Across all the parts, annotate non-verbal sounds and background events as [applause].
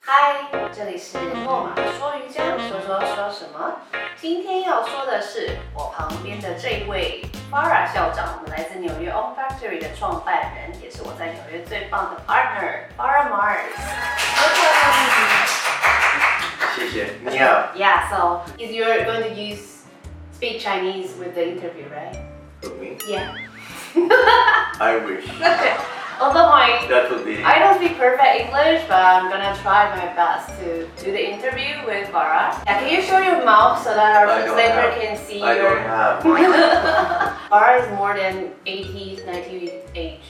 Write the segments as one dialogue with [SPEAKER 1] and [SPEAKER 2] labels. [SPEAKER 1] 嗨，这里是诺玛说瑜伽，说说说什么？今天要说的是我旁边的这位 Farah 校长，我们来自纽约 On Factory 的创办人，也是我在纽约最棒的 partner Farah Mars。
[SPEAKER 2] 谢谢。你好。
[SPEAKER 1] Yeah, so is you're going to use speak Chinese with the interview, right?
[SPEAKER 2] Me?
[SPEAKER 1] Yeah. [laughs]
[SPEAKER 2] I wish.
[SPEAKER 1] Although I
[SPEAKER 2] That would be.
[SPEAKER 1] I don't speak perfect English, but I'm gonna try my best to do the interview with Farah. Yeah, can you show your mouth so that our
[SPEAKER 2] I don't
[SPEAKER 1] translator
[SPEAKER 2] have-
[SPEAKER 1] can see
[SPEAKER 2] I
[SPEAKER 1] your
[SPEAKER 2] don't
[SPEAKER 1] [laughs]
[SPEAKER 2] have.
[SPEAKER 1] Bar is more than 80, 90 age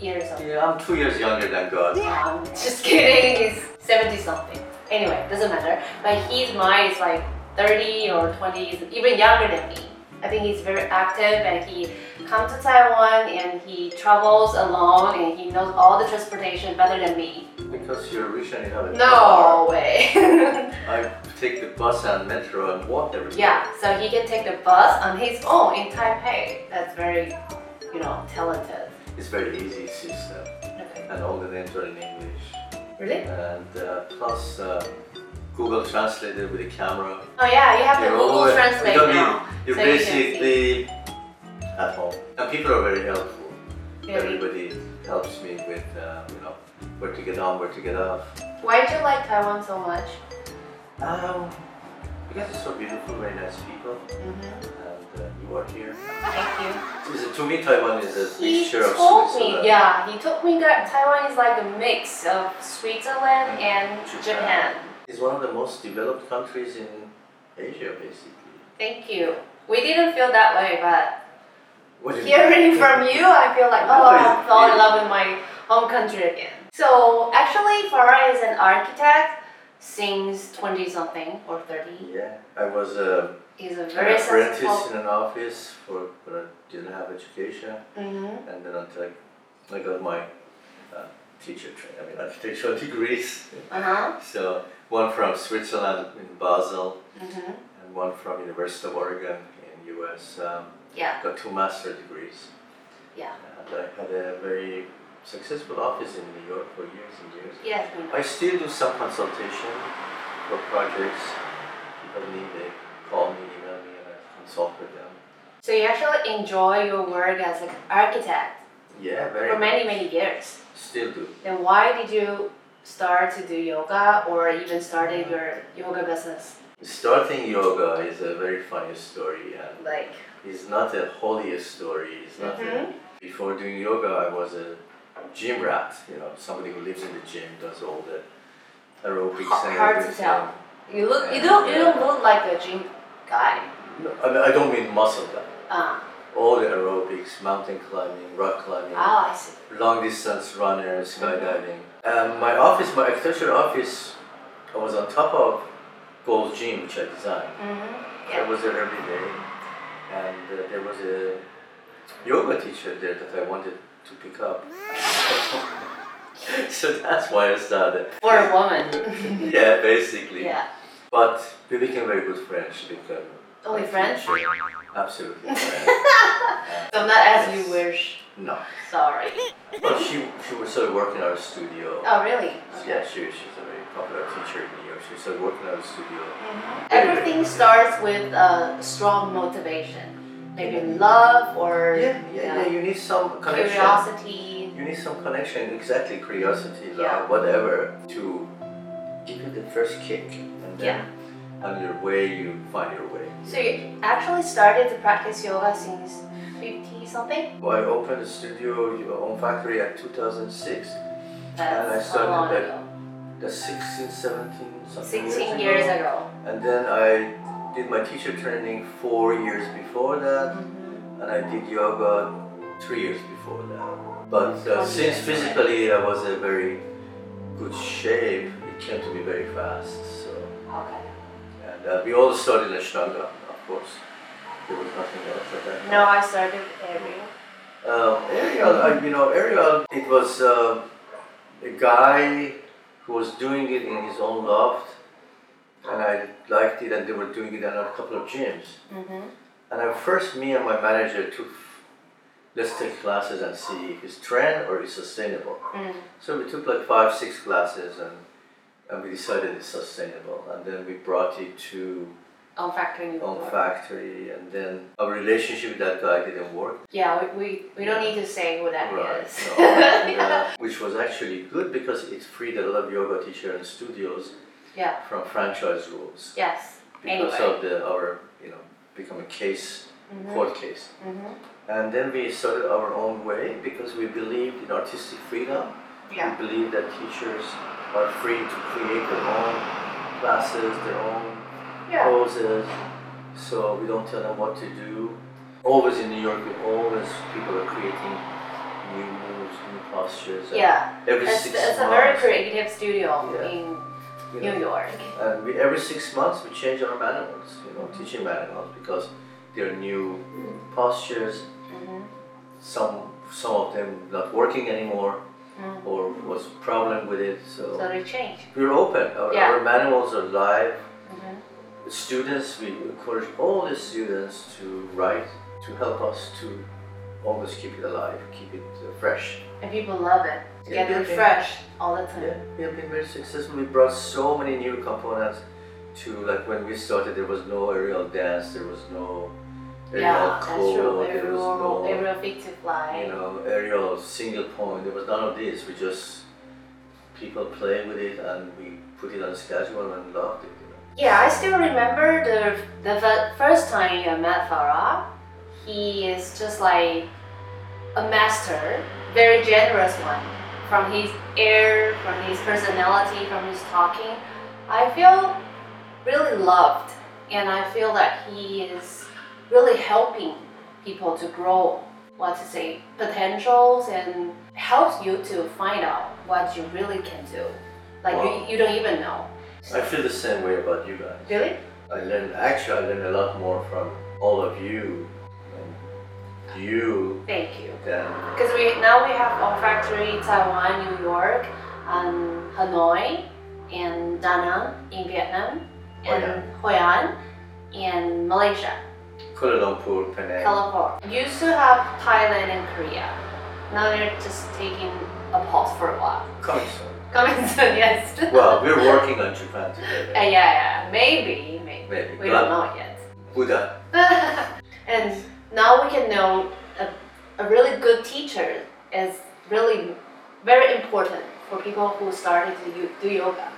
[SPEAKER 1] years old.
[SPEAKER 2] Yeah, I'm two years younger than God.
[SPEAKER 1] Um, just kidding, he's 70 something. Anyway, doesn't matter. But he's mine is like 30 or 20, even younger than me. I think he's very active and he comes to Taiwan and he travels alone and he knows all the transportation better than me.
[SPEAKER 2] Because you're rich and you have a
[SPEAKER 1] No way. [laughs]
[SPEAKER 2] car, I take the bus and metro and walk everywhere.
[SPEAKER 1] Yeah, so he can take the bus on his own in Taipei. That's very, you know, talented.
[SPEAKER 2] It's very easy system,
[SPEAKER 1] Okay.
[SPEAKER 2] and all the names are in English.
[SPEAKER 1] Really?
[SPEAKER 2] And uh, plus, uh, Google translated with a camera.
[SPEAKER 1] Oh yeah, you have the
[SPEAKER 2] You're
[SPEAKER 1] Google
[SPEAKER 2] always-
[SPEAKER 1] Translate
[SPEAKER 2] you don't
[SPEAKER 1] now.
[SPEAKER 2] need- You're
[SPEAKER 1] so you can see.
[SPEAKER 2] basically at home, and people are very helpful.
[SPEAKER 1] Really?
[SPEAKER 2] Everybody helps me with, uh, you know, where to get on, where to get off.
[SPEAKER 1] Why do you like Taiwan so much?
[SPEAKER 2] Um, because it's so beautiful, very nice people,
[SPEAKER 1] hmm
[SPEAKER 2] and uh, you are here.
[SPEAKER 1] Thank you.
[SPEAKER 2] Is it- to me, Taiwan is a
[SPEAKER 1] He
[SPEAKER 2] mixture of
[SPEAKER 1] told me,
[SPEAKER 2] Switzerland.
[SPEAKER 1] yeah, he told me that Taiwan is like a mix of Switzerland
[SPEAKER 2] Mm.
[SPEAKER 1] and
[SPEAKER 2] Japan.
[SPEAKER 1] Japan.
[SPEAKER 2] It's one of the most developed countries in Asia, basically.
[SPEAKER 1] Thank you. We didn't feel that way, but
[SPEAKER 2] What do you
[SPEAKER 1] hearing
[SPEAKER 2] think?
[SPEAKER 1] from you, I feel like, oh, I fell in love with my home country again. So actually, Farah is an architect since 20 something or 30.
[SPEAKER 2] Yeah, I was a,
[SPEAKER 1] He's a
[SPEAKER 2] an
[SPEAKER 1] very
[SPEAKER 2] apprentice
[SPEAKER 1] successful.
[SPEAKER 2] in an office for when I didn't have education,
[SPEAKER 1] hmm
[SPEAKER 2] and then until I, I got my uh, teacher training, I mean architectural [laughs] degrees.
[SPEAKER 1] Uh huh.
[SPEAKER 2] So one from Switzerland in Basel,
[SPEAKER 1] hmm
[SPEAKER 2] and one from University of Oregon in U.S. Um,
[SPEAKER 1] Yeah.
[SPEAKER 2] got two master degrees.
[SPEAKER 1] Yeah.
[SPEAKER 2] And I had a very successful office in New York for years and years.
[SPEAKER 1] Yes. we know.
[SPEAKER 2] I still do some consultation for projects. People need they call me, email me, and I consult with them.
[SPEAKER 1] So you actually enjoy your work as an architect
[SPEAKER 2] Yeah, very.
[SPEAKER 1] for many many years.
[SPEAKER 2] Still do.
[SPEAKER 1] Then why did you start to do yoga or even started
[SPEAKER 2] Mm-hmm.
[SPEAKER 1] your yoga business?
[SPEAKER 2] Starting yoga is a very funny story, and
[SPEAKER 1] Like
[SPEAKER 2] it's not the holiest story. It's not. a-
[SPEAKER 1] Mm-hmm.
[SPEAKER 2] before doing yoga, I was a gym rat. You know, somebody who lives in the gym does all the aerobics
[SPEAKER 1] Hard
[SPEAKER 2] and
[SPEAKER 1] to
[SPEAKER 2] everything.
[SPEAKER 1] tell. you look you don't you don't look like a gym guy.
[SPEAKER 2] No, I, mean, I don't mean muscle down.
[SPEAKER 1] Uh,
[SPEAKER 2] All the aerobics, mountain climbing, rock climbing,
[SPEAKER 1] oh, I see.
[SPEAKER 2] long distance runner, skydiving. Um, my office, my architecture office, I was on top of Gold Gym, which I designed.
[SPEAKER 1] Mm-hmm.
[SPEAKER 2] I was there every day, and uh, there was a yoga teacher there that I wanted to pick up. [laughs] so that's why I started.
[SPEAKER 1] For a woman.
[SPEAKER 2] [laughs] Yeah, basically.
[SPEAKER 1] [laughs] yeah.
[SPEAKER 2] But we became very good friends. She became
[SPEAKER 1] Only French. So [laughs]
[SPEAKER 2] absolutely.
[SPEAKER 1] not as you wish.
[SPEAKER 2] no,
[SPEAKER 1] Sorry.
[SPEAKER 2] but she she was sort of working in our studio.
[SPEAKER 1] Oh really?
[SPEAKER 2] Yeah, she she's a very popular teacher in New York. She started working in our studio.
[SPEAKER 1] Mm-hmm. Everything starts with a strong motivation, maybe love or
[SPEAKER 2] Yeah, yeah, yeah. You need some connection.
[SPEAKER 1] curiosity.
[SPEAKER 2] You need some connection, exactly curiosity, love,
[SPEAKER 1] Yeah.
[SPEAKER 2] whatever, to give you the first kick, and then on your way you find your way.
[SPEAKER 1] So you actually started to practice yoga since 50 something?
[SPEAKER 2] Well, I opened a studio, you know, own factory at 2006. I
[SPEAKER 1] That's how
[SPEAKER 2] started
[SPEAKER 1] long
[SPEAKER 2] back
[SPEAKER 1] ago?
[SPEAKER 2] That's 16, 17, something
[SPEAKER 1] 16 years ago.
[SPEAKER 2] And then I did my teacher training four years before that, and I did yoga three years before that. But uh,
[SPEAKER 1] Oh,
[SPEAKER 2] since
[SPEAKER 1] yeah.
[SPEAKER 2] physically I was in very good shape, it came to me very fast. So,
[SPEAKER 1] Okay.
[SPEAKER 2] and uh, we all started in Ashtanga, of course. There was nothing else at that.
[SPEAKER 1] No, I started aerial.
[SPEAKER 2] Um, Ariel, I, you know, Ariel, it was uh, a guy who was doing it in his own loft, and I liked it, and they were doing it at a couple of gyms.
[SPEAKER 1] Mm-hmm.
[SPEAKER 2] And at first, me and my manager took, let's take classes and see if it's trend or it's sustainable.
[SPEAKER 1] Mm.
[SPEAKER 2] So we took like five, six classes, and and we decided it's sustainable. And then we brought it to
[SPEAKER 1] On factory new
[SPEAKER 2] own factory, and then our relationship with that guy didn't work.
[SPEAKER 1] Yeah, we, we, we don't need to say who that is.
[SPEAKER 2] Right. no.
[SPEAKER 1] [laughs]
[SPEAKER 2] And, uh, which was actually good because it freed a lot of yoga teacher and studios
[SPEAKER 1] Yeah.
[SPEAKER 2] from franchise rules
[SPEAKER 1] Yes.
[SPEAKER 2] because
[SPEAKER 1] Anyway.
[SPEAKER 2] of the our you know become a case
[SPEAKER 1] Mhm.
[SPEAKER 2] court case.
[SPEAKER 1] Mhm.
[SPEAKER 2] And then we started our own way because we believed in artistic freedom.
[SPEAKER 1] Yeah.
[SPEAKER 2] We believe that teachers are free to create their own classes, their own
[SPEAKER 1] Yeah.
[SPEAKER 2] poses. So we don't tell them what to do. Always in New York, we always people are creating new moves, new postures. and
[SPEAKER 1] Yeah.
[SPEAKER 2] Every
[SPEAKER 1] It's,
[SPEAKER 2] six
[SPEAKER 1] it's a
[SPEAKER 2] months.
[SPEAKER 1] very creative studio
[SPEAKER 2] Yeah.
[SPEAKER 1] in
[SPEAKER 2] you know,
[SPEAKER 1] New York.
[SPEAKER 2] And we, every six months we change our manuals, you know, teaching manuals because there are new postures.
[SPEAKER 1] Mhm.
[SPEAKER 2] Some some of them not working anymore
[SPEAKER 1] Mm.
[SPEAKER 2] or was problem with it. So,
[SPEAKER 1] So they change.
[SPEAKER 2] we're open. Our,
[SPEAKER 1] Yeah.
[SPEAKER 2] our manuals are live.
[SPEAKER 1] Mhm.
[SPEAKER 2] students, we encourage all the students to write to help us to always keep it alive, keep it uh, fresh.
[SPEAKER 1] And people love it. To get
[SPEAKER 2] Yeah, yeah, yeah.
[SPEAKER 1] refreshed all the time.
[SPEAKER 2] Yeah, we have been very successful. We brought so many new components to like when we started. There was no aerial dance. There was no aerial
[SPEAKER 1] Yeah, that's
[SPEAKER 2] code.
[SPEAKER 1] true.
[SPEAKER 2] there
[SPEAKER 1] Every
[SPEAKER 2] was
[SPEAKER 1] role,
[SPEAKER 2] no
[SPEAKER 1] every effective fly.
[SPEAKER 2] you know aerial single point. There was none of this. We just people play with it and we put it on a schedule and loved it. You know.
[SPEAKER 1] Yeah, I still remember the the fir- first time I met Farah. He is just like a master, very generous one. From his air, from his personality, from his talking, I feel really loved, and I feel that he is really helping people to grow. What to say, potentials, and helps you to find out what you really can do. Like
[SPEAKER 2] Wow.
[SPEAKER 1] you, you don't even know.
[SPEAKER 2] I feel the same way about you guys.
[SPEAKER 1] Really?
[SPEAKER 2] I learned actually I learned a lot more from all of you and you
[SPEAKER 1] Thank you.
[SPEAKER 2] than
[SPEAKER 1] Because we now we have our factory in Taiwan, New York, um, Hanoi, and Da Nang in Vietnam, and Hoi An in Malaysia,
[SPEAKER 2] Kuala Lumpur, Penang.
[SPEAKER 1] California. Used to have Thailand and Korea. Now they're just taking a pause for a while. [laughs]
[SPEAKER 2] Coming soon.
[SPEAKER 1] Coming soon, yes. [laughs]
[SPEAKER 2] Well, we're working on Japan
[SPEAKER 1] Uh,
[SPEAKER 2] together.
[SPEAKER 1] yeah, yeah, maybe, maybe.
[SPEAKER 2] Maybe.
[SPEAKER 1] We don't
[SPEAKER 2] God-
[SPEAKER 1] know yet.
[SPEAKER 2] Buddha.
[SPEAKER 1] [laughs] and now we can know a, a really good teacher is really very important for people who started to u- do yoga.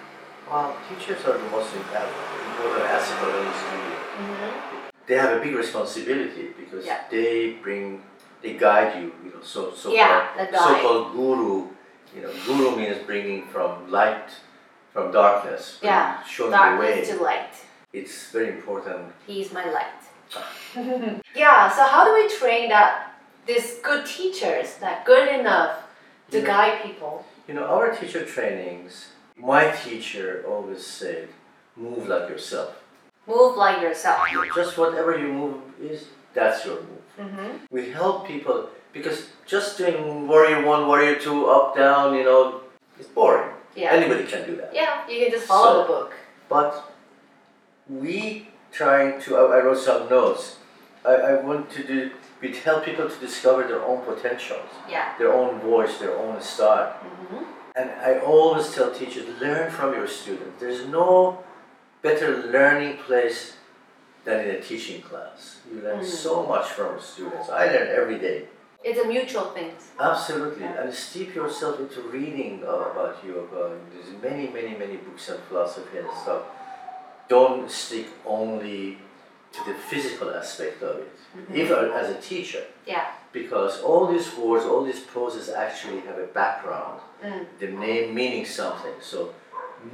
[SPEAKER 2] Wow, teachers are the most important important asset of any studio.
[SPEAKER 1] Mm-hmm.
[SPEAKER 2] They have a big responsibility because
[SPEAKER 1] Yeah.
[SPEAKER 2] they bring they guide you, you know, so so
[SPEAKER 1] Yeah, the
[SPEAKER 2] so
[SPEAKER 1] guy.
[SPEAKER 2] called guru. You know, guru means bringing from light from darkness.
[SPEAKER 1] Yeah,
[SPEAKER 2] Showing the way.
[SPEAKER 1] Darkness to light.
[SPEAKER 2] It's very important
[SPEAKER 1] He is my light. [laughs] yeah. So how do we train that these good teachers that good enough to
[SPEAKER 2] Yeah.
[SPEAKER 1] guide people?
[SPEAKER 2] You know, our teacher trainings, my teacher always said, move like yourself.
[SPEAKER 1] Move like yourself.
[SPEAKER 2] Just whatever you move is, that's your move.
[SPEAKER 1] Mm-hmm.
[SPEAKER 2] We help people because just doing warrior one, warrior two, up, down, you know, it's boring.
[SPEAKER 1] Yeah.
[SPEAKER 2] Anybody can do that.
[SPEAKER 1] yeah. You can just follow
[SPEAKER 2] So-
[SPEAKER 1] the book.
[SPEAKER 2] But we trying to, I, I wrote some notes. I, I want to do, we help people to discover their own potentials,
[SPEAKER 1] Yeah.
[SPEAKER 2] their own voice, their own style.
[SPEAKER 1] hmm
[SPEAKER 2] And I always tell teachers, learn from your students. There's no better learning place than in a teaching class. You learn
[SPEAKER 1] Mm.
[SPEAKER 2] so much from students. I learn every day.
[SPEAKER 1] It's a mutual thing.
[SPEAKER 2] Absolutely. And steep yourself into reading uh, about yoga. There's many, many, many books and philosophy and stuff. Don't stick only to the physical aspect of it, even as a teacher.
[SPEAKER 1] Yeah.
[SPEAKER 2] Because all these words, all these poses actually have a background.
[SPEAKER 1] Mm.
[SPEAKER 2] The name meaning something. So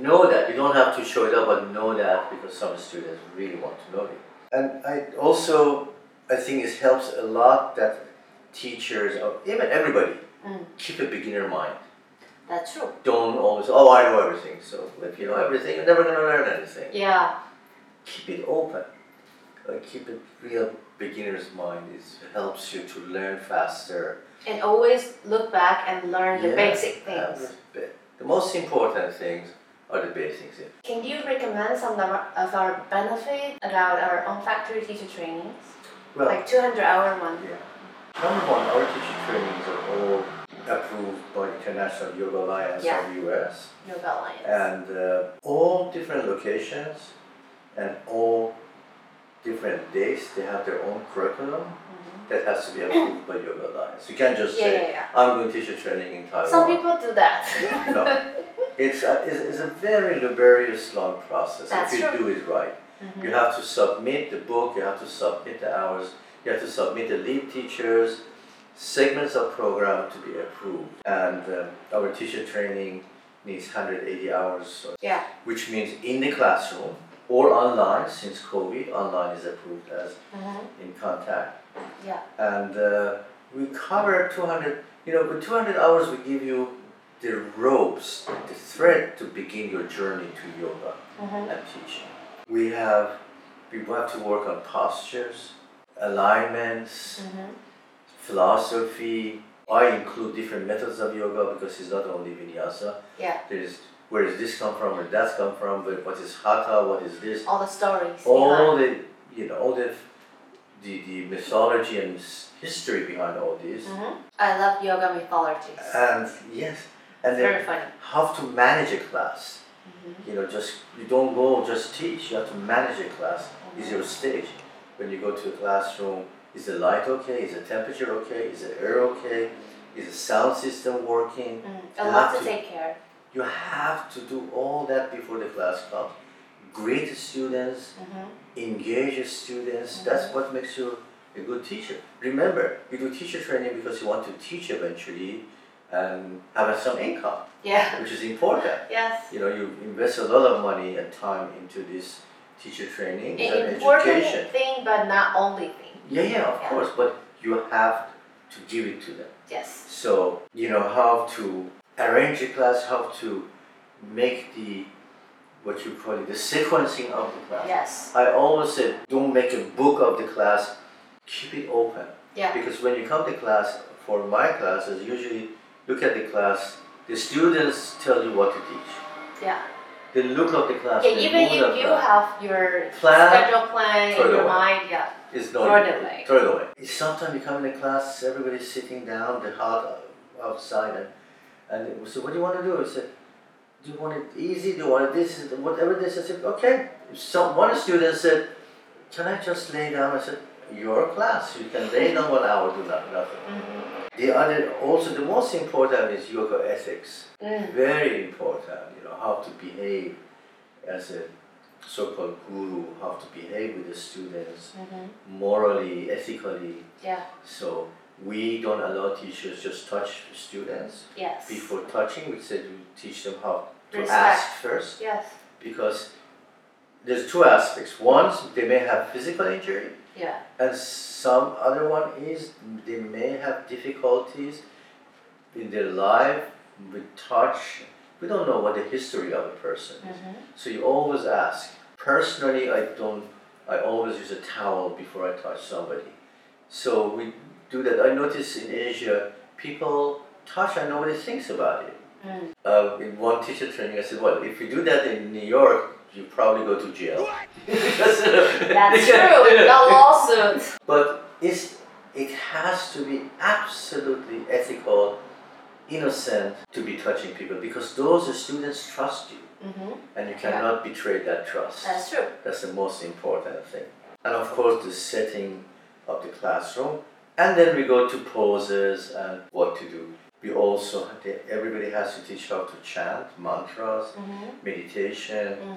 [SPEAKER 2] know that. You don't have to show it up, but know that because some students really want to know it. And I also, I think it helps a lot that teachers, or even everybody,
[SPEAKER 1] Mm.
[SPEAKER 2] keep a beginner mind.
[SPEAKER 1] That's true.
[SPEAKER 2] Don't always, oh, I know everything. So if you know everything, you're never going to learn anything.
[SPEAKER 1] Yeah.
[SPEAKER 2] Keep it open. Like keep it real beginner's mind. It helps you to learn faster.
[SPEAKER 1] and always look back and learn the
[SPEAKER 2] Yeah,
[SPEAKER 1] basic
[SPEAKER 2] yeah,
[SPEAKER 1] things.
[SPEAKER 2] ba- The most important things are the basic things.
[SPEAKER 1] Can you recommend some number of our benefit about our own factory teacher trainings?
[SPEAKER 2] Well,
[SPEAKER 1] Like 200 hour one.
[SPEAKER 2] number one, our teacher trainings are all approved by International Yoga Alliance of US
[SPEAKER 1] Yoga Alliance.
[SPEAKER 2] and uh, all different locations and all different days they have their own curriculum
[SPEAKER 1] Mhm.
[SPEAKER 2] that has to be approved by Yoga Alliance. You can't just
[SPEAKER 1] Yeah,
[SPEAKER 2] say
[SPEAKER 1] yeah, yeah.
[SPEAKER 2] I'm going to teach a training in Taiwan.
[SPEAKER 1] Some people do that. [laughs]
[SPEAKER 2] no, it's a, it's, it's a very laborious, long process
[SPEAKER 1] That's
[SPEAKER 2] if you
[SPEAKER 1] true.
[SPEAKER 2] do it right.
[SPEAKER 1] Mm-hmm.
[SPEAKER 2] You have to submit the book, you have to submit the hours, you have to submit the lead teachers, segments of program to be approved. And um, our teacher training needs 180 hours, so-
[SPEAKER 1] Yeah.
[SPEAKER 2] which means in the classroom or online, since COVID, online is approved as
[SPEAKER 1] Mhm.
[SPEAKER 2] in contact.
[SPEAKER 1] Yeah.
[SPEAKER 2] And uh, we cover 200, you know, with 200 hours, we give you the ropes, the thread to begin your journey to yoga
[SPEAKER 1] Mhm.
[SPEAKER 2] and teaching. We have, we have to work on postures, alignments,
[SPEAKER 1] Mhm.
[SPEAKER 2] philosophy. I include different methods of yoga because it's not only vinyasa.
[SPEAKER 1] Yeah.
[SPEAKER 2] There's where does this come from, where that's come from, where, what is hatha, what is this,
[SPEAKER 1] All the stories.
[SPEAKER 2] all
[SPEAKER 1] behind.
[SPEAKER 2] the you know all the the, the mythology and s- history behind all this
[SPEAKER 1] Mhm. I love yoga mythologies.
[SPEAKER 2] and yes Uh, and
[SPEAKER 1] Very
[SPEAKER 2] then
[SPEAKER 1] funny.
[SPEAKER 2] how to manage a class
[SPEAKER 1] Mhm.
[SPEAKER 2] you know just you don't go just teach you have to manage a class is your stage when you go to a classroom is the light okay is the temperature okay is the air okay is the sound system working
[SPEAKER 1] Mm. A lot to take care.
[SPEAKER 2] you have to do all that before the class comes great students
[SPEAKER 1] Mhm.
[SPEAKER 2] engage your students. That's what makes you a good teacher. Remember, you do teacher training because you want to teach eventually and have some income,
[SPEAKER 1] Yeah. [laughs]
[SPEAKER 2] which is important.
[SPEAKER 1] Yes.
[SPEAKER 2] You know, you invest a lot of money and time into this teacher training
[SPEAKER 1] An
[SPEAKER 2] and
[SPEAKER 1] important
[SPEAKER 2] education.
[SPEAKER 1] thing, but not only thing.
[SPEAKER 2] Yeah, yeah, of
[SPEAKER 1] Yeah.
[SPEAKER 2] course, but you have to give it to them.
[SPEAKER 1] Yes.
[SPEAKER 2] So, you know, how to arrange a class, how to make the, what you call it, the sequencing of the class.
[SPEAKER 1] Yes.
[SPEAKER 2] I always said, don't make a book of the class, keep it open.
[SPEAKER 1] Yeah.
[SPEAKER 2] Because when you come to class, for my classes, usually look at the class, the students tell you what to teach.
[SPEAKER 1] Yeah.
[SPEAKER 2] The look of the class,
[SPEAKER 1] Yeah,
[SPEAKER 2] the
[SPEAKER 1] even
[SPEAKER 2] mood
[SPEAKER 1] if
[SPEAKER 2] of
[SPEAKER 1] you
[SPEAKER 2] class
[SPEAKER 1] have your
[SPEAKER 2] Plan,
[SPEAKER 1] schedule plan
[SPEAKER 2] throw
[SPEAKER 1] in
[SPEAKER 2] it
[SPEAKER 1] your
[SPEAKER 2] away.
[SPEAKER 1] mind, yeah,
[SPEAKER 2] is
[SPEAKER 1] throw
[SPEAKER 2] not
[SPEAKER 1] it away.
[SPEAKER 2] throw it away. It's Sometimes you come in the class, everybody's sitting down, the hot outside, and, and we say, what do you want to do? I said, do you want it easy? Do you want it this? Whatever this. I said, okay. So one student said, can I just lay down? I said, your class, you can lay down one hour, do not, nothing.
[SPEAKER 1] Mhm.
[SPEAKER 2] The other, also the most important is yoga ethics.
[SPEAKER 1] Mm.
[SPEAKER 2] Very important, you know, how to behave as a so-called guru, how to behave with the students
[SPEAKER 1] Mhm.
[SPEAKER 2] morally, ethically.
[SPEAKER 1] Yeah.
[SPEAKER 2] So we don't allow teachers just touch students.
[SPEAKER 1] Yes.
[SPEAKER 2] Before touching, we said we teach them how to
[SPEAKER 1] Respect.
[SPEAKER 2] ask first
[SPEAKER 1] Yes.
[SPEAKER 2] because there's two aspects. One, they may have physical injury,
[SPEAKER 1] Yeah.
[SPEAKER 2] and some other one is they may have difficulties in their life with touch. We don't know what the history of a person is.
[SPEAKER 1] Mhm.
[SPEAKER 2] So you always ask. Personally, I don't. I always use a towel before I touch somebody. So we do that. I notice in Asia, people touch and nobody thinks about it. [laughs]
[SPEAKER 1] Mm.
[SPEAKER 2] Uh, in one teacher training, I said, "Well, if you do that in New York, you probably go to jail." [laughs] That's
[SPEAKER 1] That's true.
[SPEAKER 2] [laughs]
[SPEAKER 1] We got lawsuits.
[SPEAKER 2] But it's, it has to be absolutely ethical, innocent to be touching people because those students trust you,
[SPEAKER 1] Mhm.
[SPEAKER 2] and you cannot betray that trust.
[SPEAKER 1] That's true.
[SPEAKER 2] That's the most important thing. And of course, the setting of the classroom. And then we go to poses and what to do. We also, everybody has to teach how to chant, mantras,
[SPEAKER 1] Mhm.
[SPEAKER 2] meditation,
[SPEAKER 1] Mm.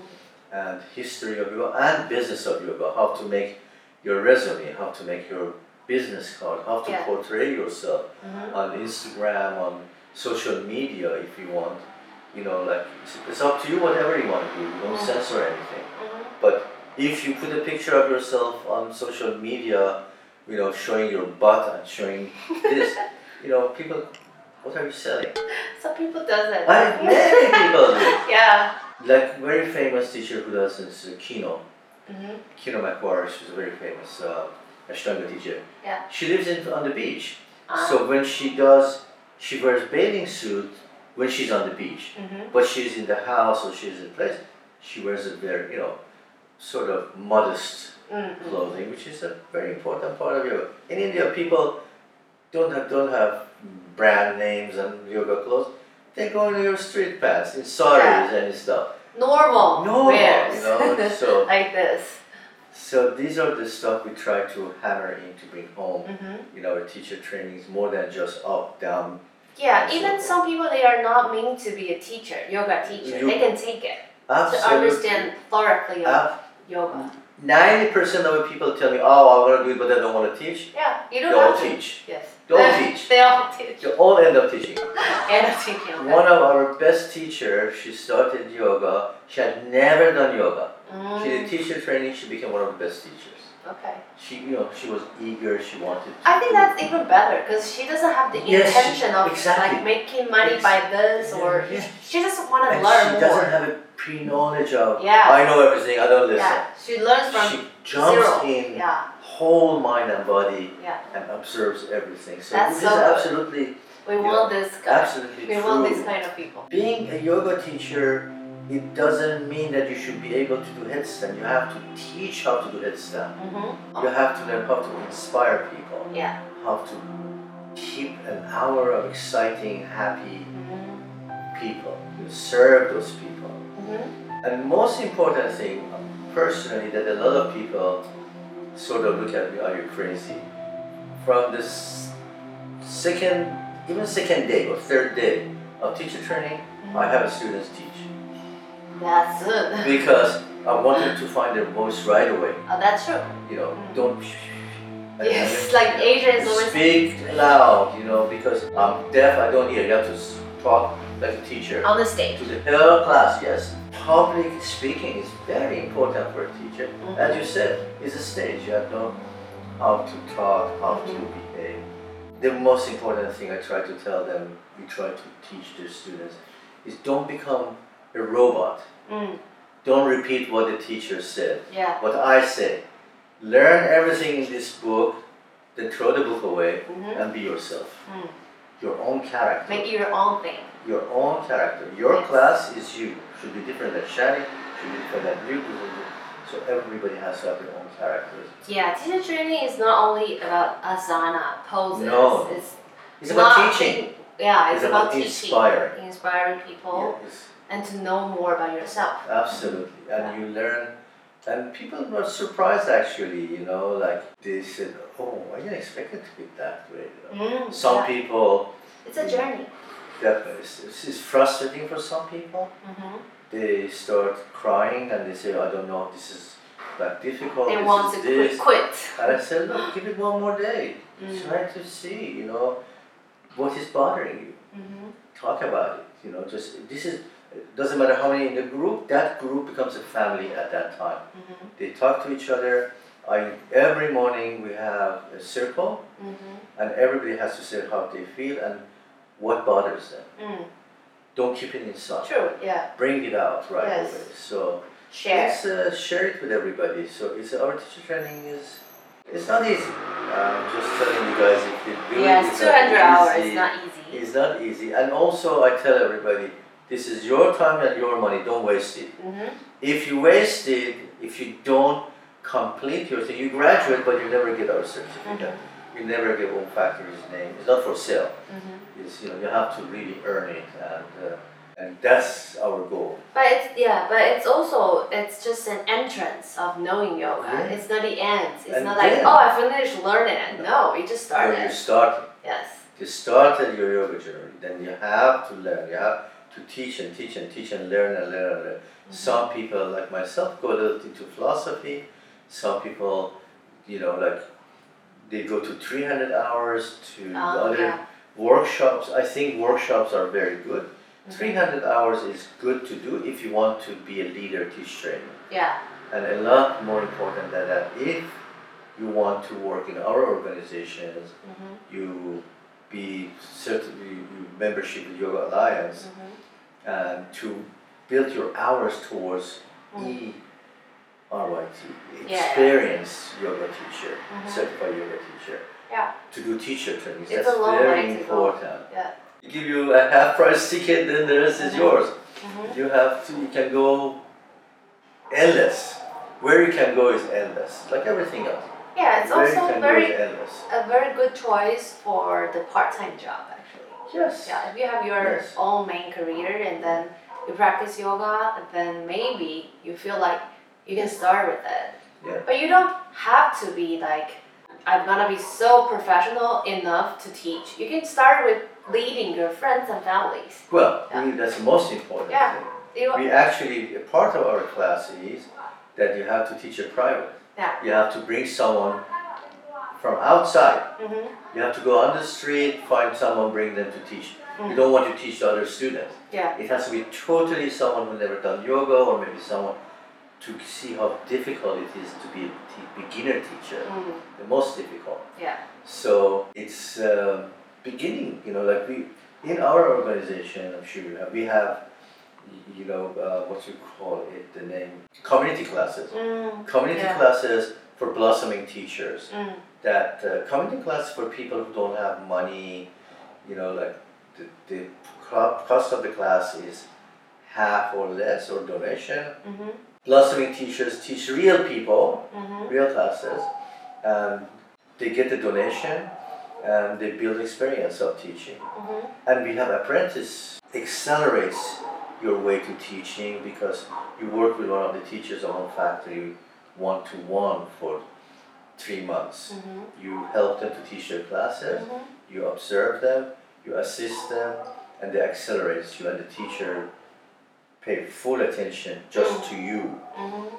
[SPEAKER 2] and history of yoga, and business of yoga, how to make your resume, how to make your business card, how to
[SPEAKER 1] Yeah.
[SPEAKER 2] portray yourself
[SPEAKER 1] Mhm.
[SPEAKER 2] on Instagram, on social media if you want. You know, like, it's, it's up to you whatever you want to do. You don't
[SPEAKER 1] Mhm.
[SPEAKER 2] censor anything.
[SPEAKER 1] Mhm.
[SPEAKER 2] But if you put a picture of yourself on social media, you know, showing your butt and showing this, you know, people, what are you selling?
[SPEAKER 1] Some people does it.
[SPEAKER 2] I have many people do.
[SPEAKER 1] [laughs] Yeah.
[SPEAKER 2] Like very famous teacher who does this, uh, Kino,
[SPEAKER 1] Mhm.
[SPEAKER 2] Kino McGuire, she's a very famous uh, Ashtanga teacher.
[SPEAKER 1] Yeah.
[SPEAKER 2] She lives in, on the beach.
[SPEAKER 1] Ah.
[SPEAKER 2] So when she does, she wears bathing suit when she's on the beach.
[SPEAKER 1] Mhm.
[SPEAKER 2] But she's in the house or she's in place, she wears a very, you know, sort of modest
[SPEAKER 1] Mm.
[SPEAKER 2] clothing, which is a very important part of yoga. In India, people don't have, don't have brand names and yoga clothes, they go in your street pants, in saris
[SPEAKER 1] Yeah.
[SPEAKER 2] and stuff.
[SPEAKER 1] normal
[SPEAKER 2] Normal,
[SPEAKER 1] wears. [laughs]
[SPEAKER 2] you know, so-
[SPEAKER 1] like this.
[SPEAKER 2] So these are the stuff we try to hammer in to bring home.
[SPEAKER 1] Mm-hmm.
[SPEAKER 2] You know, teacher trainings more than just oh, up, down.
[SPEAKER 1] Yeah,
[SPEAKER 2] Absolutely.
[SPEAKER 1] even some people they are not meant to be a teacher, yoga teacher.
[SPEAKER 2] You-
[SPEAKER 1] they can take it to
[SPEAKER 2] Absolutely.
[SPEAKER 1] understand thoroughly of
[SPEAKER 2] Ab-
[SPEAKER 1] yoga.
[SPEAKER 2] Ninety percent of the people tell me, "Oh, I want to do it, but I don't want to teach."
[SPEAKER 1] Yeah, you
[SPEAKER 2] They
[SPEAKER 1] don't
[SPEAKER 2] all
[SPEAKER 1] have to.
[SPEAKER 2] teach.
[SPEAKER 1] Yes.
[SPEAKER 2] They all teach.
[SPEAKER 1] they all [laughs] teach.
[SPEAKER 2] They all end up teaching.
[SPEAKER 1] And I teach yoga.
[SPEAKER 2] One of our best teachers, she started yoga. She had never done yoga.
[SPEAKER 1] Mm,
[SPEAKER 2] She did teacher training. She became one of the best teachers.
[SPEAKER 1] okay.
[SPEAKER 2] She, you know, she was eager. She wanted. To
[SPEAKER 1] I think
[SPEAKER 2] do it.
[SPEAKER 1] that's even better because she doesn't have the
[SPEAKER 2] Yes,
[SPEAKER 1] intention of
[SPEAKER 2] exactly.
[SPEAKER 1] like making money
[SPEAKER 2] Ex-
[SPEAKER 1] by this or
[SPEAKER 2] Yeah.
[SPEAKER 1] she just want to
[SPEAKER 2] And
[SPEAKER 1] learn
[SPEAKER 2] she
[SPEAKER 1] more.
[SPEAKER 2] doesn't have a pre-knowledge of.
[SPEAKER 1] Yeah.
[SPEAKER 2] I know everything. I don't listen.
[SPEAKER 1] yeah, she learns from
[SPEAKER 2] she jumps
[SPEAKER 1] zero.
[SPEAKER 2] in
[SPEAKER 1] [laughs] yeah,
[SPEAKER 2] whole mind and body
[SPEAKER 1] yeah.
[SPEAKER 2] and observes everything. So
[SPEAKER 1] That's
[SPEAKER 2] this
[SPEAKER 1] so
[SPEAKER 2] is
[SPEAKER 1] good.
[SPEAKER 2] absolutely,
[SPEAKER 1] We
[SPEAKER 2] Yeah.
[SPEAKER 1] want this kind.
[SPEAKER 2] absolutely
[SPEAKER 1] We
[SPEAKER 2] true.
[SPEAKER 1] want these kind of people.
[SPEAKER 2] Being a yoga teacher, it doesn't mean that you should be able to do headstand. You have to teach how to do headstand.
[SPEAKER 1] Mm-hmm.
[SPEAKER 2] You have to learn how to inspire people,
[SPEAKER 1] Yeah.
[SPEAKER 2] how to keep an hour of exciting, happy people, to serve those people.
[SPEAKER 1] Mm-hmm.
[SPEAKER 2] And most important thing, personally, that a lot of people sort of look at me, are you crazy? From this second, even second day or third day of teacher training, I have students teach
[SPEAKER 1] Mm-hmm. That's good.
[SPEAKER 2] because I wanted to find their voice right away.
[SPEAKER 1] Oh, that's true.
[SPEAKER 2] You know,
[SPEAKER 1] Mm.
[SPEAKER 2] don't.
[SPEAKER 1] Yes, like Asia is always-
[SPEAKER 2] Speak loud, you know, because I'm deaf. I don't hear. You have to s- talk like a teacher
[SPEAKER 1] On the stage.
[SPEAKER 2] to the whole class, yes. Public speaking is very important for a teacher.
[SPEAKER 1] Mm-hmm.
[SPEAKER 2] As you said, it's a stage. You have to know how to talk, how to behave. The most important thing I try to tell them, we try to teach the students, is don't become a robot.
[SPEAKER 1] Mm,
[SPEAKER 2] Don't repeat what the teacher said,
[SPEAKER 1] yeah.
[SPEAKER 2] what I said. Learn everything in this book, then throw the book away
[SPEAKER 1] Mm-hmm.
[SPEAKER 2] and be yourself.
[SPEAKER 1] Mm.
[SPEAKER 2] Your own character
[SPEAKER 1] Make your own thing.
[SPEAKER 2] your own character. Your
[SPEAKER 1] Yes.
[SPEAKER 2] class is you. Should be different than Shani, should be different than you. should be- So everybody has to have their own characters.
[SPEAKER 1] Yeah, teacher training is not only about asana, poses.
[SPEAKER 2] No.
[SPEAKER 1] It's,
[SPEAKER 2] It's
[SPEAKER 1] not
[SPEAKER 2] about teaching.
[SPEAKER 1] being- yeah, it's,
[SPEAKER 2] It's about
[SPEAKER 1] teaching.
[SPEAKER 2] inspiring.
[SPEAKER 1] Inspiring people
[SPEAKER 2] Yes,
[SPEAKER 1] and to know more about yourself.
[SPEAKER 2] absolutely. And you learn. And people were surprised actually, you know, like they said, oh, I didn't expect it to be that way. you know.
[SPEAKER 1] Mm,
[SPEAKER 2] Some
[SPEAKER 1] yeah.
[SPEAKER 2] people,
[SPEAKER 1] It's a journey.
[SPEAKER 2] definitely, it's, it's it's frustrating for some people.
[SPEAKER 1] Mm-hmm.
[SPEAKER 2] They start crying and they say, I don't know, this is like difficult.
[SPEAKER 1] They
[SPEAKER 2] this
[SPEAKER 1] want to
[SPEAKER 2] is
[SPEAKER 1] quit.
[SPEAKER 2] this.
[SPEAKER 1] quit.
[SPEAKER 2] And I said, look, give it one more day.
[SPEAKER 1] Mm.
[SPEAKER 2] Try to see, you know, what is bothering you.
[SPEAKER 1] Mm-hmm.
[SPEAKER 2] Talk about it. You know, just this is it doesn't matter how many in the group. That group becomes a family at that time.
[SPEAKER 1] Mm-hmm.
[SPEAKER 2] They talk to each other. I every morning we have a circle,
[SPEAKER 1] Mm-hmm.
[SPEAKER 2] and everybody has to say how they feel and what bothers them.
[SPEAKER 1] Mm.
[SPEAKER 2] Don't keep it inside.
[SPEAKER 1] True. Yeah.
[SPEAKER 2] Bring it out right
[SPEAKER 1] Yes.
[SPEAKER 2] away. So
[SPEAKER 1] Share.
[SPEAKER 2] let's uh, share it with everybody. So it's our teacher training is it's not easy. I'm just telling you guys if you do it,
[SPEAKER 1] Yes,
[SPEAKER 2] it's
[SPEAKER 1] two
[SPEAKER 2] not
[SPEAKER 1] hundred hours
[SPEAKER 2] easy.
[SPEAKER 1] is not easy.
[SPEAKER 2] It's not easy. And also I tell everybody, this is your time and your money, don't waste it.
[SPEAKER 1] Mm-hmm.
[SPEAKER 2] If you waste it, if you don't complete your thing, you graduate but you never get our certificate. You never get one factory's name. It's not for sale.
[SPEAKER 1] Mm-hmm.
[SPEAKER 2] It's you know you have to really earn it and uh, and that's our goal.
[SPEAKER 1] But it's yeah, but it's also it's just an entrance of knowing yoga.
[SPEAKER 2] Yeah.
[SPEAKER 1] It's not the end. It's
[SPEAKER 2] And
[SPEAKER 1] not like
[SPEAKER 2] then-
[SPEAKER 1] oh I finished learning it. No, you just
[SPEAKER 2] When you
[SPEAKER 1] started.
[SPEAKER 2] start
[SPEAKER 1] Yes.
[SPEAKER 2] you started your yoga journey, then you have to learn. You have to teach and teach and teach and learn and learn and learn. Some people, like myself, go a little into philosophy. Some people, you know, like they go to 300 hours to
[SPEAKER 1] Um,
[SPEAKER 2] other
[SPEAKER 1] yeah.
[SPEAKER 2] workshops. I think workshops are very good.
[SPEAKER 1] Mm-hmm.
[SPEAKER 2] 300 hours is good to do if you want to be a leader, teach training.
[SPEAKER 1] Yeah.
[SPEAKER 2] And a lot more important than that, if you want to work in our organizations,
[SPEAKER 1] Mm-hmm.
[SPEAKER 2] you be certain you, you membership with Yoga Alliance and to build your hours towards
[SPEAKER 1] Mm-hmm.
[SPEAKER 2] E R Y T
[SPEAKER 1] Yeah.
[SPEAKER 2] experience yoga teacher,
[SPEAKER 1] Mhm.
[SPEAKER 2] certified yoga teacher.
[SPEAKER 1] Yeah.
[SPEAKER 2] To do teacher trainings.
[SPEAKER 1] It's
[SPEAKER 2] That's
[SPEAKER 1] a long
[SPEAKER 2] very
[SPEAKER 1] way to go.
[SPEAKER 2] important.
[SPEAKER 1] Yeah.
[SPEAKER 2] They Give you a half price ticket, then the rest is
[SPEAKER 1] Mhm.
[SPEAKER 2] yours.
[SPEAKER 1] Mm-hmm.
[SPEAKER 2] You have to you can go endless. Where you can go is endless. Like everything else.
[SPEAKER 1] Yeah. It's
[SPEAKER 2] Where you
[SPEAKER 1] also
[SPEAKER 2] can
[SPEAKER 1] very
[SPEAKER 2] go is endless.
[SPEAKER 1] a very good choice for the part time job actually.
[SPEAKER 2] Yes.
[SPEAKER 1] Yeah, if you have your
[SPEAKER 2] Yes.
[SPEAKER 1] own main career and then you practice yoga, then maybe you feel like you can start with it.
[SPEAKER 2] Yeah.
[SPEAKER 1] But you don't have to be like, I'm gonna be so professional enough to teach. You can start with leading your friends and families.
[SPEAKER 2] Well,
[SPEAKER 1] Yeah.
[SPEAKER 2] really, that's the most important
[SPEAKER 1] Yeah.
[SPEAKER 2] thing.
[SPEAKER 1] You,
[SPEAKER 2] We actually, a part of our class is that you have to teach it private.
[SPEAKER 1] Yeah.
[SPEAKER 2] You have to bring someone from outside.
[SPEAKER 1] Mhm.
[SPEAKER 2] You have to go on the street, find someone, bring them to teach. You
[SPEAKER 1] Mm.
[SPEAKER 2] don't want to teach the other students.
[SPEAKER 1] Yeah.
[SPEAKER 2] It has to be totally someone who never done yoga or maybe someone to see how difficult it is to be a te- beginner teacher.
[SPEAKER 1] Mm.
[SPEAKER 2] The most difficult.
[SPEAKER 1] Yeah.
[SPEAKER 2] So it's uh, beginning, you know, like we, in our organization, I'm sure you have, we have, you know, uh, what you call it, the name, community classes.
[SPEAKER 1] Mm.
[SPEAKER 2] Community
[SPEAKER 1] Yeah.
[SPEAKER 2] classes for blossoming teachers
[SPEAKER 1] Mm.
[SPEAKER 2] that uh, community class for people who don't have money, you know, like the, the co- cost of the class is half or less or donation.
[SPEAKER 1] Mhm.
[SPEAKER 2] Blossoming teachers teach real people,
[SPEAKER 1] Mhm.
[SPEAKER 2] real classes. Um, they get the donation and they build experience of teaching.
[SPEAKER 1] Mhm.
[SPEAKER 2] And we have apprentice accelerates your way to teaching because you work with one of the teachers on a factory one to one for three months
[SPEAKER 1] Mhm.
[SPEAKER 2] you help them to teach their classes,
[SPEAKER 1] Mhm.
[SPEAKER 2] you observe them, you assist them, and they accelerate you and the teacher pay full attention just to you.
[SPEAKER 1] Mhm.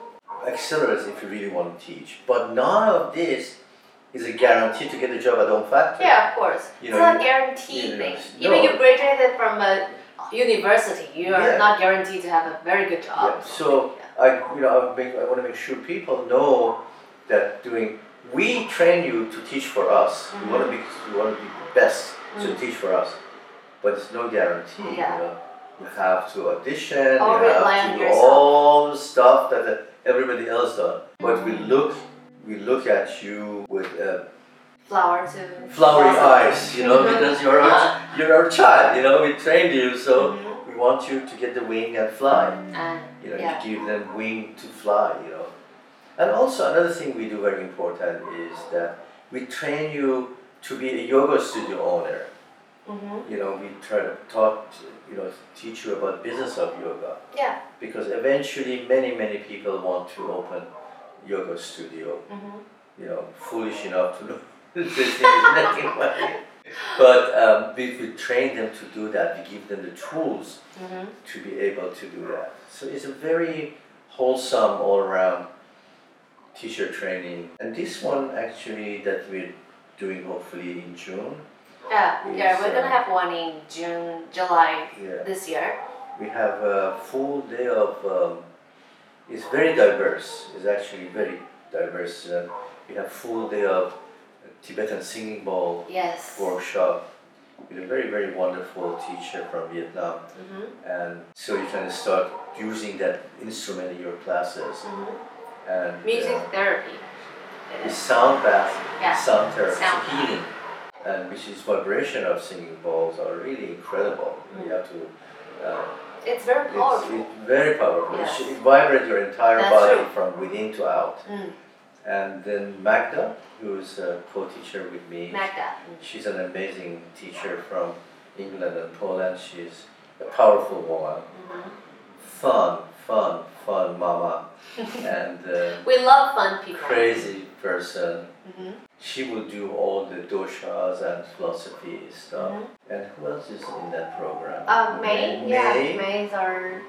[SPEAKER 2] Accelerates if you really want to teach. But none of this is a guarantee to get a job at own factory.
[SPEAKER 1] Yeah, of course.
[SPEAKER 2] You
[SPEAKER 1] it's
[SPEAKER 2] know,
[SPEAKER 1] not guaranteed
[SPEAKER 2] you know,
[SPEAKER 1] thing.
[SPEAKER 2] it's-
[SPEAKER 1] Even
[SPEAKER 2] no.
[SPEAKER 1] you graduated from a university, you are
[SPEAKER 2] Yeah.
[SPEAKER 1] not guaranteed to have a very good job.
[SPEAKER 2] Yeah, So I you know I, make, I want to make sure people know that doing we train you to teach for us. You
[SPEAKER 1] Mm-hmm.
[SPEAKER 2] want to be you want to be the best, so
[SPEAKER 1] Mhm.
[SPEAKER 2] teach for us. But it's no guarantee.
[SPEAKER 1] Yeah.
[SPEAKER 2] You, know? you have to audition.
[SPEAKER 1] Or
[SPEAKER 2] you
[SPEAKER 1] rely
[SPEAKER 2] have
[SPEAKER 1] on
[SPEAKER 2] to do
[SPEAKER 1] yourself.
[SPEAKER 2] all the stuff that uh, everybody else does. But
[SPEAKER 1] Mm.
[SPEAKER 2] we look we look at you with uh,
[SPEAKER 1] Flower to Mm-hmm.
[SPEAKER 2] flowery
[SPEAKER 1] blossom.
[SPEAKER 2] eyes, you know, because you're our, you're our child. You know, we trained you, so we want you to get the wing and fly.
[SPEAKER 1] Mm-hmm. And
[SPEAKER 2] You know,
[SPEAKER 1] Yeah.
[SPEAKER 2] you give them wing to fly, you know. And also another thing we do very important is that we train you to be a yoga studio owner.
[SPEAKER 1] Mhm.
[SPEAKER 2] You know, we try to talk, to- you know, teach you about business of yoga
[SPEAKER 1] yeah.
[SPEAKER 2] because eventually many, many people want to open yoga studio.
[SPEAKER 1] Mhm.
[SPEAKER 2] You know, foolish enough to [laughs] know this thing is making
[SPEAKER 1] [laughs]
[SPEAKER 2] money. But um, we, we train them to do that. We give them the tools
[SPEAKER 1] Mhm.
[SPEAKER 2] to be able to do that. So it's a very wholesome all around teacher training. And this one actually that we're doing hopefully in June,
[SPEAKER 1] Yeah. Yeah. We're
[SPEAKER 2] Yes,
[SPEAKER 1] gonna
[SPEAKER 2] uh,
[SPEAKER 1] have one in June, July
[SPEAKER 2] yeah,
[SPEAKER 1] this year.
[SPEAKER 2] we have a full day of, um, it's very diverse, it's actually very diverse. Uh, we have full day of Tibetan singing bowl
[SPEAKER 1] Yes.
[SPEAKER 2] workshop with a very, very wonderful teacher from Vietnam.
[SPEAKER 1] Mhm.
[SPEAKER 2] And so you can start using that instrument in your classes.
[SPEAKER 1] Mhm.
[SPEAKER 2] and
[SPEAKER 1] Music
[SPEAKER 2] uh,
[SPEAKER 1] therapy.
[SPEAKER 2] is sound bath,
[SPEAKER 1] Yeah.
[SPEAKER 2] sound therapy,
[SPEAKER 1] sound.
[SPEAKER 2] healing, and which is vibration of singing bowls are really incredible.
[SPEAKER 1] Mm.
[SPEAKER 2] You have to, uh,
[SPEAKER 1] It's very
[SPEAKER 2] it's,
[SPEAKER 1] powerful.
[SPEAKER 2] it's very powerful.
[SPEAKER 1] Oh, Yes.
[SPEAKER 2] It should vibrate your entire
[SPEAKER 1] That's
[SPEAKER 2] body
[SPEAKER 1] true.
[SPEAKER 2] from within to out.
[SPEAKER 1] Mm.
[SPEAKER 2] And then Magda, who is a co-teacher with me,
[SPEAKER 1] Magda.
[SPEAKER 2] she's an amazing teacher from England and Poland. She's a powerful woman,
[SPEAKER 1] Mhm.
[SPEAKER 2] fun, fun, fun
[SPEAKER 1] [laughs]
[SPEAKER 2] mama, and uh,
[SPEAKER 1] We love fun people.
[SPEAKER 2] crazy person.
[SPEAKER 1] Mhm.
[SPEAKER 2] She will do all the doshas and philosophy stuff. And who else is in that program?
[SPEAKER 1] Mm-hmm. Uh, May, yeah, May is our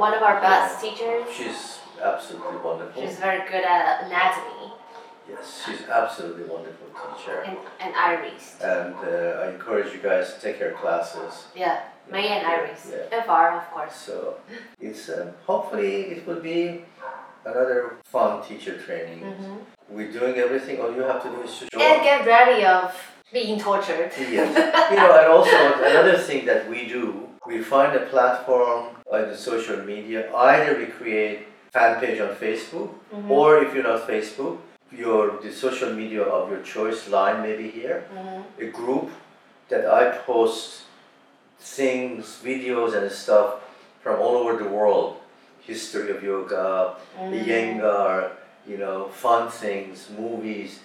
[SPEAKER 1] one of our best teachers.
[SPEAKER 2] She's absolutely wonderful.
[SPEAKER 1] She's very good at anatomy
[SPEAKER 2] yes, she's absolutely wonderful teacher.
[SPEAKER 1] and, and Iris.
[SPEAKER 2] And uh, I encourage you guys to take her classes.
[SPEAKER 1] Yeah, May and Iris.
[SPEAKER 2] Yeah.
[SPEAKER 1] And Var, of course.
[SPEAKER 2] So it's uh, hopefully it will be another fun teacher training.
[SPEAKER 1] Mhm.
[SPEAKER 2] We're doing everything. All you have to do is to show up.
[SPEAKER 1] And get ready of being tortured. [laughs]
[SPEAKER 2] Yes. You know, and also another thing that we do, we find a platform on the social media. Either we create fan page on Facebook,
[SPEAKER 1] Mm-hmm,
[SPEAKER 2] or if you're not Facebook, your the social media of your choice line maybe here,
[SPEAKER 1] Mhm.
[SPEAKER 2] a group that I post things, videos, and stuff from all over the world. History of yoga,
[SPEAKER 1] Mm.
[SPEAKER 2] the Yengar, you know, fun things, movies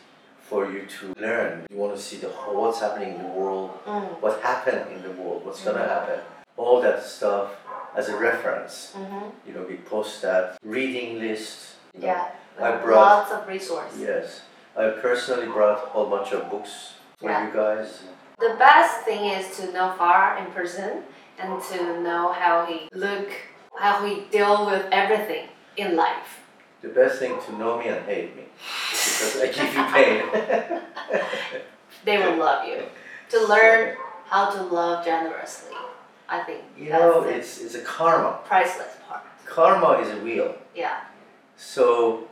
[SPEAKER 2] for you to learn. You want to see the whole, what's happening in the world,
[SPEAKER 1] Mm.
[SPEAKER 2] what happened in the world, what's gonna happen, all that stuff as a reference.
[SPEAKER 1] hmm
[SPEAKER 2] You know, we post that reading list. you know.
[SPEAKER 1] Yeah.
[SPEAKER 2] I
[SPEAKER 1] Like
[SPEAKER 2] brought-
[SPEAKER 1] lots of resources.
[SPEAKER 2] Yes, I personally brought a whole bunch of books for
[SPEAKER 1] Yeah.
[SPEAKER 2] you guys.
[SPEAKER 1] The best thing is to know Far in person and to know how he look, how he deal with everything in life.
[SPEAKER 2] The best thing to know me and hate me because I give
[SPEAKER 1] [laughs]
[SPEAKER 2] you pain.
[SPEAKER 1] They will love you. To learn how to love generously, I think
[SPEAKER 2] You
[SPEAKER 1] that's
[SPEAKER 2] know,
[SPEAKER 1] the
[SPEAKER 2] it's it's a karma.
[SPEAKER 1] priceless part.
[SPEAKER 2] Karma is a wheel.
[SPEAKER 1] Yeah.
[SPEAKER 2] So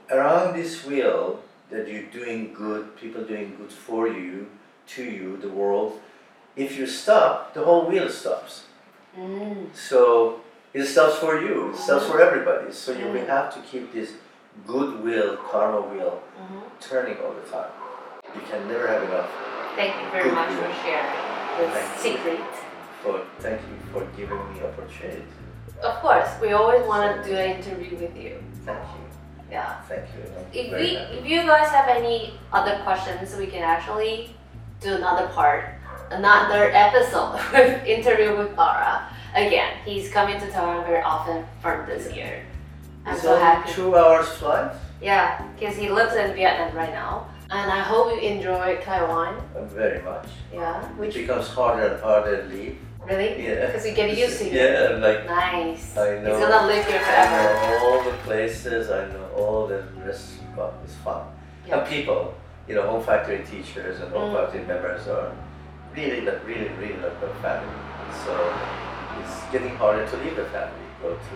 [SPEAKER 2] around this wheel that you're doing good, people doing good for you, to you, the world. If you stop, the whole wheel stops.
[SPEAKER 1] Mm.
[SPEAKER 2] So it stops for you. It stops for everybody. So you will
[SPEAKER 1] Mm.
[SPEAKER 2] have to keep this goodwill, karma wheel
[SPEAKER 1] hmm
[SPEAKER 2] turning all the time. You can never have enough.
[SPEAKER 1] Thank you very
[SPEAKER 2] Good
[SPEAKER 1] much
[SPEAKER 2] deal.
[SPEAKER 1] for sharing this
[SPEAKER 2] Thank you.
[SPEAKER 1] secret.
[SPEAKER 2] So thank you for giving me opportunity.
[SPEAKER 1] Of course, we always want to do an interview with you.
[SPEAKER 2] Thank you.
[SPEAKER 1] Yeah.
[SPEAKER 2] Thank you. I'm
[SPEAKER 1] If
[SPEAKER 2] very
[SPEAKER 1] we,
[SPEAKER 2] happy.
[SPEAKER 1] if you guys have any other questions, we can actually do another part, another episode [laughs] with interview with Bara. Again, he's coming to Taiwan very often from this year. I'm
[SPEAKER 2] it's
[SPEAKER 1] so
[SPEAKER 2] only
[SPEAKER 1] happy.
[SPEAKER 2] two hours flight.
[SPEAKER 1] Yeah, because he lives in Vietnam right now, and I hope you enjoy Taiwan.
[SPEAKER 2] Uh, Very much.
[SPEAKER 1] Yeah,
[SPEAKER 2] Which becomes harder and harder to leave.
[SPEAKER 1] really,
[SPEAKER 2] Yeah.
[SPEAKER 1] because you get used to it.
[SPEAKER 2] [laughs] Yeah, like
[SPEAKER 1] Nice.
[SPEAKER 2] I know.
[SPEAKER 1] He's gonna live here
[SPEAKER 2] I
[SPEAKER 1] forever.
[SPEAKER 2] know all the places, I know all the rest but it's fun.
[SPEAKER 1] Yeah.
[SPEAKER 2] And people, you know, home factory teachers and home
[SPEAKER 1] Mm.
[SPEAKER 2] factory members are really like really really like the family. So it's getting harder to leave the family, go to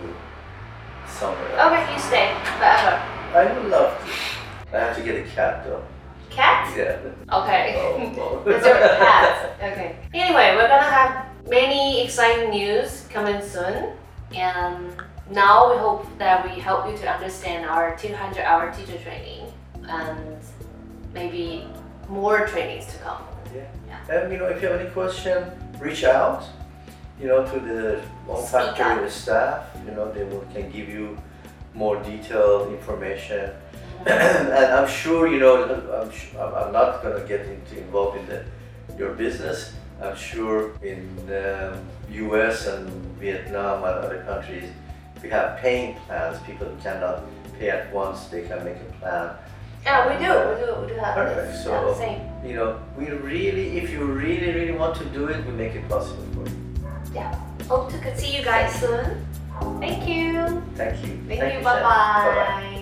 [SPEAKER 2] somewhere else.
[SPEAKER 1] Okay, you stay forever.
[SPEAKER 2] I would love to. I have to get a cat though.
[SPEAKER 1] Cat?
[SPEAKER 2] Yeah.
[SPEAKER 1] Okay. [laughs]
[SPEAKER 2] Oh, oh.
[SPEAKER 1] Those are hats. Okay. Anyway, we're gonna have many exciting news coming soon, and now we hope that we help you to understand our 200-hour teacher training and maybe more trainings to come.
[SPEAKER 2] And you know, if you have any question, reach out. You know, to the home
[SPEAKER 1] Speak
[SPEAKER 2] factory staff. You know, they will can give you more detailed information. [clears throat] and I'm sure you know. I'm, su- I'm I'm not gonna get into involved in the, your business. I'm sure in um, U.S. and Vietnam and other countries, we have paying plans. People cannot pay at once. They can make a plan.
[SPEAKER 1] Yeah, we do. We do. We do have
[SPEAKER 2] Perfect.
[SPEAKER 1] this.
[SPEAKER 2] So-
[SPEAKER 1] yeah, same.
[SPEAKER 2] You know, we really, if you really, really want to do it, we make it possible for you.
[SPEAKER 1] Hope to see you guys soon. Thank you.
[SPEAKER 2] Thank you.
[SPEAKER 1] Thank, you.
[SPEAKER 2] Shannon.
[SPEAKER 1] Bye bye.